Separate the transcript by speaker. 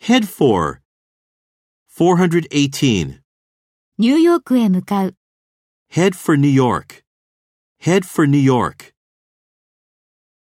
Speaker 1: Head for 418.
Speaker 2: ニューヨークへ向かう。
Speaker 1: Head for New York. Head for New York.